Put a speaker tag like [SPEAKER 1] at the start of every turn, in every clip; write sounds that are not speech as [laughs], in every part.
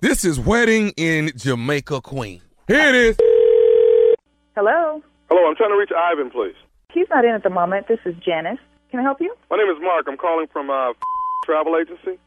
[SPEAKER 1] This is Wedding in Jamaica, Queen. Here it is.
[SPEAKER 2] Hello.
[SPEAKER 3] Hello, I'm trying to reach Ivan, please.
[SPEAKER 2] He's not in at the moment. This is Janice. Can I help you?
[SPEAKER 3] My name is Mark. I'm calling from uh, [laughs] travel agency.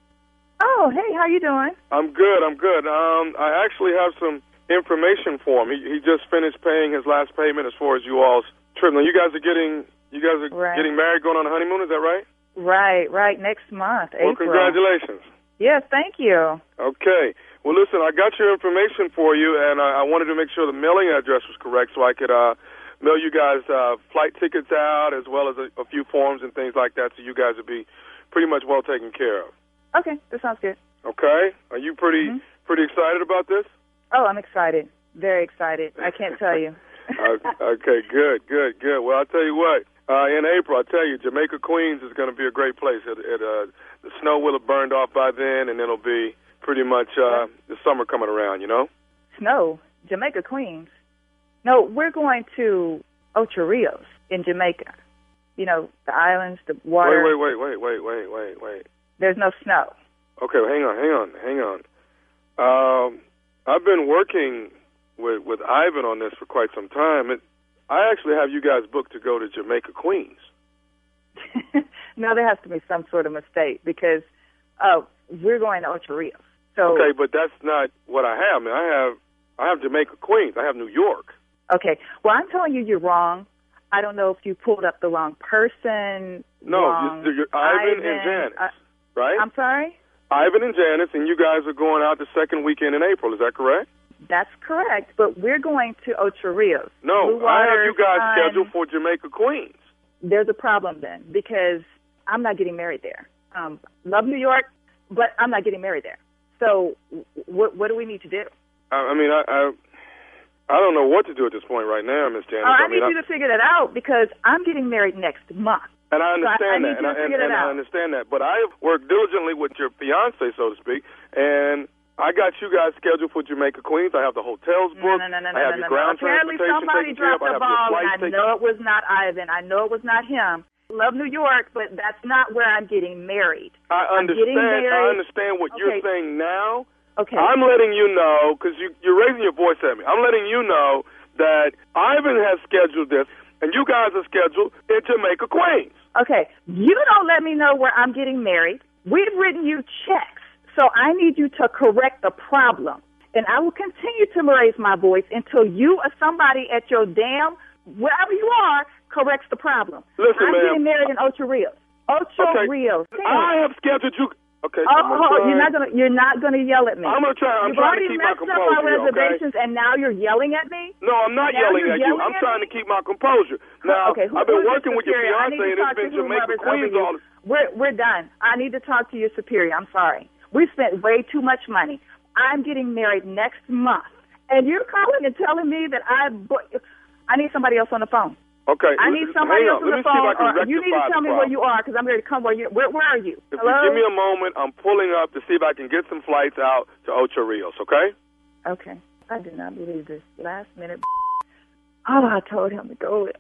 [SPEAKER 2] Oh, hey, how you doing?
[SPEAKER 3] I'm good. I'm good. Um, I actually have some information for him. He, he just finished paying his last payment as far as you all's trip. Now, you guys are getting you guys are
[SPEAKER 2] Right.
[SPEAKER 3] getting married, going on a honeymoon. Is that right?
[SPEAKER 2] Right, right. Next month,
[SPEAKER 3] Well,
[SPEAKER 2] April.
[SPEAKER 3] congratulations.
[SPEAKER 2] Yes, thank you.
[SPEAKER 3] Okay. Well, listen, I got your information for you, and I, I wanted to make sure the mailing address was correct so I could uh, mail you guys uh, flight tickets out as well as a, a few forms and things like that so you guys would be pretty much well taken care of.
[SPEAKER 2] Okay, that sounds good. Mm-hmm.
[SPEAKER 3] Okay? Are you pretty pretty excited about this?
[SPEAKER 2] Oh, I'm excited. Very excited. I can't tell you.
[SPEAKER 3] okay, Uh, okay, good, good, good. Well, I'll tell you what. Uh, in April, I tell you, Jamaica Queens is going to be a great place. It, it, uh, the snow will have burned off by then, and it'll be pretty much uh, the summer coming around. You know?
[SPEAKER 2] [laughs] Snow, Jamaica, Queens. No, we're going to Ocho Rios in Jamaica. You know, the islands, the water.
[SPEAKER 3] Wait, wait, wait, wait, wait, wait, wait, wait.
[SPEAKER 2] There's no snow. [laughs]
[SPEAKER 3] Okay, well, hang on, hang on, hang on. Um, I've been working with with Ivan on this for quite some time. It, I actually have you guys booked to go to Jamaica Queens.
[SPEAKER 2] no, there has to be some sort of mistake because uh, we're going to Ocho Rios. So
[SPEAKER 3] Okay, but that's not what I have. I, mean, I have I have Jamaica Queens. I have New York.
[SPEAKER 2] Okay. Well, I'm telling you, you're wrong. I don't know if you pulled up the wrong person.
[SPEAKER 3] No,
[SPEAKER 2] wrong
[SPEAKER 3] you- you're Ivan, and Janice,
[SPEAKER 2] I,
[SPEAKER 3] right?
[SPEAKER 2] I'm sorry.
[SPEAKER 3] Ivan and Janice, and you guys are going out the second weekend in April. Is that correct?
[SPEAKER 2] That's correct. But we're going to Ocho Rios.
[SPEAKER 3] No,
[SPEAKER 2] Blue
[SPEAKER 3] I have you
[SPEAKER 2] Waters
[SPEAKER 3] guys
[SPEAKER 2] on-
[SPEAKER 3] scheduled for Jamaica Queens.
[SPEAKER 2] There's a problem then because I'm not getting married there. Um, love New York, but I'm not getting married there. So w- what what do we need to do?
[SPEAKER 3] I, I mean, I, I I don't know what to do at this point right now, Miss Janice.
[SPEAKER 2] Uh, I,
[SPEAKER 3] mean,
[SPEAKER 2] need you to figure that out because I'm getting married next month.
[SPEAKER 3] And I
[SPEAKER 2] So I- I
[SPEAKER 3] understand
[SPEAKER 2] need you
[SPEAKER 3] that, and, I,
[SPEAKER 2] to
[SPEAKER 3] and,
[SPEAKER 2] figure that
[SPEAKER 3] and I
[SPEAKER 2] out.
[SPEAKER 3] understand that. But I have worked diligently with your fiance, so to speak, and I got you guys scheduled for Jamaica Queens. I have the hotels
[SPEAKER 2] No,
[SPEAKER 3] booked.
[SPEAKER 2] no, no, no,
[SPEAKER 3] I have
[SPEAKER 2] no, no, no.
[SPEAKER 3] your ground
[SPEAKER 2] Apparently
[SPEAKER 3] transportation
[SPEAKER 2] somebody
[SPEAKER 3] taken care of.
[SPEAKER 2] dropped the
[SPEAKER 3] I have your
[SPEAKER 2] ball,
[SPEAKER 3] flights
[SPEAKER 2] and I
[SPEAKER 3] taken
[SPEAKER 2] know it was not Ivan. I know it was not him. Love New York, but that's not where I'm getting married.
[SPEAKER 3] I
[SPEAKER 2] I'm getting
[SPEAKER 3] understand. I
[SPEAKER 2] married.
[SPEAKER 3] understand what you're
[SPEAKER 2] Okay.
[SPEAKER 3] saying now.
[SPEAKER 2] Okay.
[SPEAKER 3] I'm letting you know because you, you're raising your voice at me. I'm letting you know that Ivan has scheduled this, and you guys are scheduled in Jamaica Queens.
[SPEAKER 2] okay. You don't let me know where I'm getting married. We've written you checks, so I need you to correct the problem. And I will continue to raise my voice until you or somebody at your damn, wherever you are, corrects the problem.
[SPEAKER 3] Listen,
[SPEAKER 2] I'm
[SPEAKER 3] ma'am.
[SPEAKER 2] getting married in Ocho Rios. Ocho
[SPEAKER 3] Okay.
[SPEAKER 2] Rios. Damn.
[SPEAKER 3] I have scheduled you. Okay.
[SPEAKER 2] Oh,
[SPEAKER 3] I'm
[SPEAKER 2] oh, oh, you're
[SPEAKER 3] sorry.
[SPEAKER 2] not gonna you're not gonna yell at me.
[SPEAKER 3] I'm gonna try. I'm
[SPEAKER 2] You've
[SPEAKER 3] trying to
[SPEAKER 2] already
[SPEAKER 3] keep my
[SPEAKER 2] messed up our
[SPEAKER 3] composure. Okay.
[SPEAKER 2] reservations, and now you're yelling at me.
[SPEAKER 3] No, I'm not
[SPEAKER 2] Now
[SPEAKER 3] yelling
[SPEAKER 2] you're
[SPEAKER 3] at you.
[SPEAKER 2] yelling
[SPEAKER 3] I'm
[SPEAKER 2] at
[SPEAKER 3] trying
[SPEAKER 2] me?
[SPEAKER 3] to keep my composure. Now,
[SPEAKER 2] okay, who,
[SPEAKER 3] I've been
[SPEAKER 2] who's your
[SPEAKER 3] working with your
[SPEAKER 2] superior? I
[SPEAKER 3] fiance,
[SPEAKER 2] need to
[SPEAKER 3] and
[SPEAKER 2] talk
[SPEAKER 3] it's been
[SPEAKER 2] to
[SPEAKER 3] Jamaica
[SPEAKER 2] whoever's over
[SPEAKER 3] Queens
[SPEAKER 2] you.
[SPEAKER 3] all.
[SPEAKER 2] We're we're done. I need to talk to your superior. I'm sorry. We spent way too much money. I'm getting married next month, and you're calling and telling me that I bo- I need somebody else on the phone.
[SPEAKER 3] Okay,
[SPEAKER 2] I
[SPEAKER 3] l-
[SPEAKER 2] need somebody
[SPEAKER 3] hang
[SPEAKER 2] else on
[SPEAKER 3] on. Let
[SPEAKER 2] the
[SPEAKER 3] me see
[SPEAKER 2] phone.
[SPEAKER 3] if I can
[SPEAKER 2] or
[SPEAKER 3] rectify
[SPEAKER 2] you need to tell
[SPEAKER 3] the
[SPEAKER 2] me where
[SPEAKER 3] problem.
[SPEAKER 2] you are because I'm ready to come where you. Where, where are you?
[SPEAKER 3] If
[SPEAKER 2] Hello.
[SPEAKER 3] you give me a moment, I'm pulling up to see if I can get some flights out to Ocho Rios. Okay.
[SPEAKER 2] Okay. I did not believe this last minute. Oh, I told him to go. with-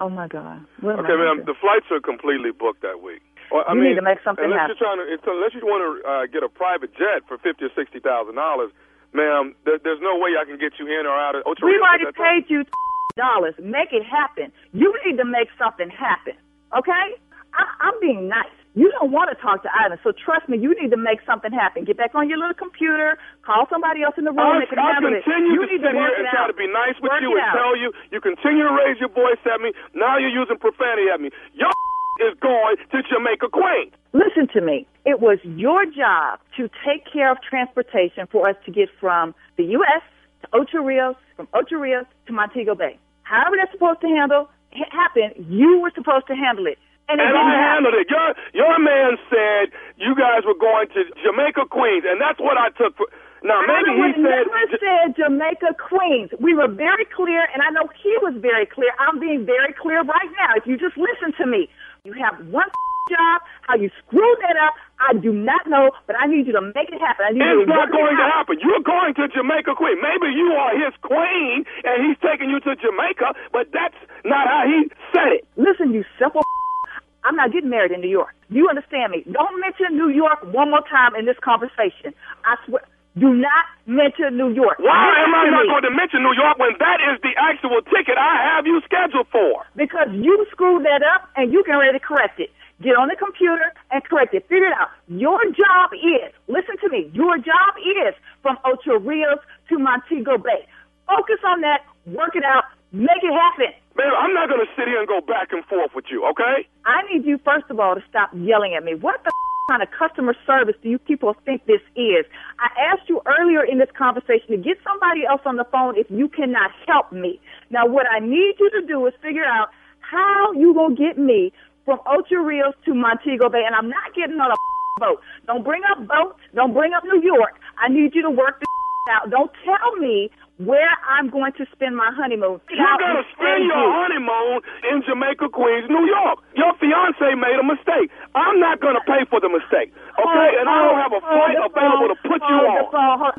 [SPEAKER 2] Oh my God. What am I
[SPEAKER 3] Okay,
[SPEAKER 2] gonna
[SPEAKER 3] ma'am.
[SPEAKER 2] do?
[SPEAKER 3] The flights are completely booked that week. Well, I
[SPEAKER 2] You
[SPEAKER 3] mean,
[SPEAKER 2] need to make something
[SPEAKER 3] unless
[SPEAKER 2] happen.
[SPEAKER 3] you're trying to, it's, unless you want to uh, get a private jet for fifty or sixty thousand dollars, ma'am, there, there's no way I can get you in or out of Ocho
[SPEAKER 2] We've
[SPEAKER 3] Rios. at
[SPEAKER 2] already
[SPEAKER 3] that time.
[SPEAKER 2] paid you [laughs] dollars. Make it happen. You need to make something happen. Okay? I, I'm being nice. You don't want to talk to Ivan, so trust me. You need to make something happen. Get back on your little computer. Call somebody else in the
[SPEAKER 3] I'll,
[SPEAKER 2] room that can
[SPEAKER 3] I'll
[SPEAKER 2] handle it.
[SPEAKER 3] continue
[SPEAKER 2] You
[SPEAKER 3] to
[SPEAKER 2] need
[SPEAKER 3] sit
[SPEAKER 2] to work
[SPEAKER 3] here and
[SPEAKER 2] it
[SPEAKER 3] try
[SPEAKER 2] out.
[SPEAKER 3] to be nice with
[SPEAKER 2] Work
[SPEAKER 3] you
[SPEAKER 2] it out.
[SPEAKER 3] and tell you. You continue to raise your voice at me. Now you're using profanity at me. Your [laughs] is going to Jamaica Queen.
[SPEAKER 2] Listen to me. It was your job to take care of transportation for us to get from the U.S. to Ocho Rios, from Ocho Rios to Montego Bay. However that's supposed to handle ha- happen, you were supposed to handle it. it
[SPEAKER 3] And
[SPEAKER 2] didn't
[SPEAKER 3] I
[SPEAKER 2] happen.
[SPEAKER 3] handled it. Your your man said you guys were going to Jamaica Queens, and that's what I took for. Now maybe
[SPEAKER 2] I would
[SPEAKER 3] he said.
[SPEAKER 2] never said Jamaica Queens. We were very clear, and I know he was very clear. I'm being very clear right now. If you just listen to me, you have one [laughs] job. How you screwed that up, I do not know, but I need you to make it happen. I need you to
[SPEAKER 3] It's not
[SPEAKER 2] work it
[SPEAKER 3] going to
[SPEAKER 2] out.
[SPEAKER 3] happen. You're going to Jamaica Queen. Maybe you are his queen and he's taking you to Jamaica, but that's not how he said it.
[SPEAKER 2] Listen, you simple. [laughs] I'm not getting married in New York. You understand me? Don't mention New York one more time in this conversation. I swear. Do not mention New York.
[SPEAKER 3] Why am I
[SPEAKER 2] Listen
[SPEAKER 3] not
[SPEAKER 2] me.
[SPEAKER 3] going to mention New York when that is the actual ticket I have you scheduled for?
[SPEAKER 2] Because you screwed that up and you can ready to correct it. Get on the computer and correct it. Figure it out. Your job is, listen to me, your job is from Ocho Rios to Montego Bay. Focus on that, work it out, make it happen.
[SPEAKER 3] Man, I'm not going to sit here and go back and forth with you, okay?
[SPEAKER 2] I need you, first of all, to stop yelling at me. What the kind of customer service do you people think this is? I asked you earlier in this conversation to get somebody else on the phone if you cannot help me. Now, what I need you to do is figure out how you going to get me from Ocho Rios to Montego Bay, and I'm not getting on a boat. Don't bring up boats. Don't bring up New York. I need you to work this out. Don't tell me where I'm going to spend my honeymoon.
[SPEAKER 3] You're going to spend your
[SPEAKER 2] honeymoon.
[SPEAKER 3] honeymoon in Jamaica, Queens, New York. Your fiance made a mistake. I'm not going to pay for the mistake, okay? and I don't have a flight available to put you on.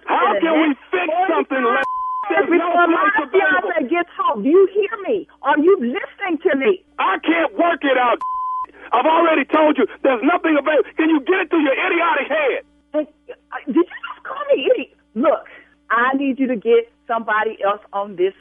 [SPEAKER 3] How can we fix something? less- There's no
[SPEAKER 2] Before my
[SPEAKER 3] flights available.
[SPEAKER 2] fiance gets home, do you hear me? Are you listening to me?
[SPEAKER 3] I can't work it out. I've already told you there's nothing available. Can you get it through your idiotic head?
[SPEAKER 2] And, uh, Did you just call me idiot? Look, I need you to get somebody else on this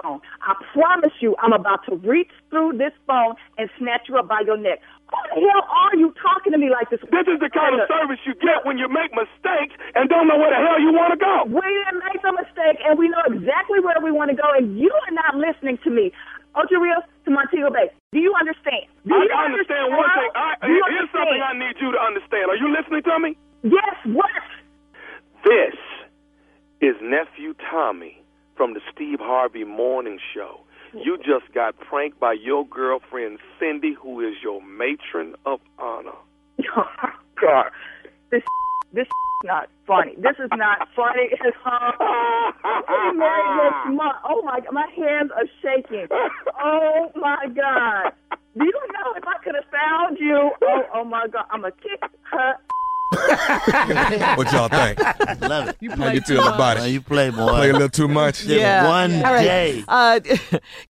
[SPEAKER 2] phone. I promise you, I'm about to reach through this phone and snatch you up by your neck. Who the hell are you talking to me like this?
[SPEAKER 3] This is the kind of
[SPEAKER 2] Look,
[SPEAKER 3] service you get when you make mistakes and don't know where the hell you want to go.
[SPEAKER 2] We didn't make a mistake, and we know exactly where we want to go, and you are not listening to me. Ocho Rios to Montego Bay. Do you understand? Do you
[SPEAKER 3] I I understand one thing. I,
[SPEAKER 2] Do you
[SPEAKER 3] here's something I
[SPEAKER 2] understand?
[SPEAKER 3] need you to understand. Are you listening to me?
[SPEAKER 2] Yes, what? [laughs]
[SPEAKER 3] This is nephew Tommy from the Steve Harvey Morning Show. You just got pranked by your girlfriend Cindy, who is your matron of
[SPEAKER 2] [laughs]
[SPEAKER 3] honor.
[SPEAKER 2] Oh, my God. This, this is not funny. This is not funny [laughs] at
[SPEAKER 3] [laughs]
[SPEAKER 2] all.
[SPEAKER 3] Ah,
[SPEAKER 2] We married next month. Oh, my My hands are
[SPEAKER 3] [laughs]
[SPEAKER 2] shaking. Oh, my God. Do you know if I could have found you? Oh, oh my God. I'm going to kick her
[SPEAKER 1] What y'all think?
[SPEAKER 4] Love it.
[SPEAKER 1] How you feel about
[SPEAKER 4] Uh,
[SPEAKER 1] it?
[SPEAKER 4] you play, boy.
[SPEAKER 1] Play a little too much?
[SPEAKER 4] Did it One
[SPEAKER 5] All right.
[SPEAKER 4] day.
[SPEAKER 5] Uh,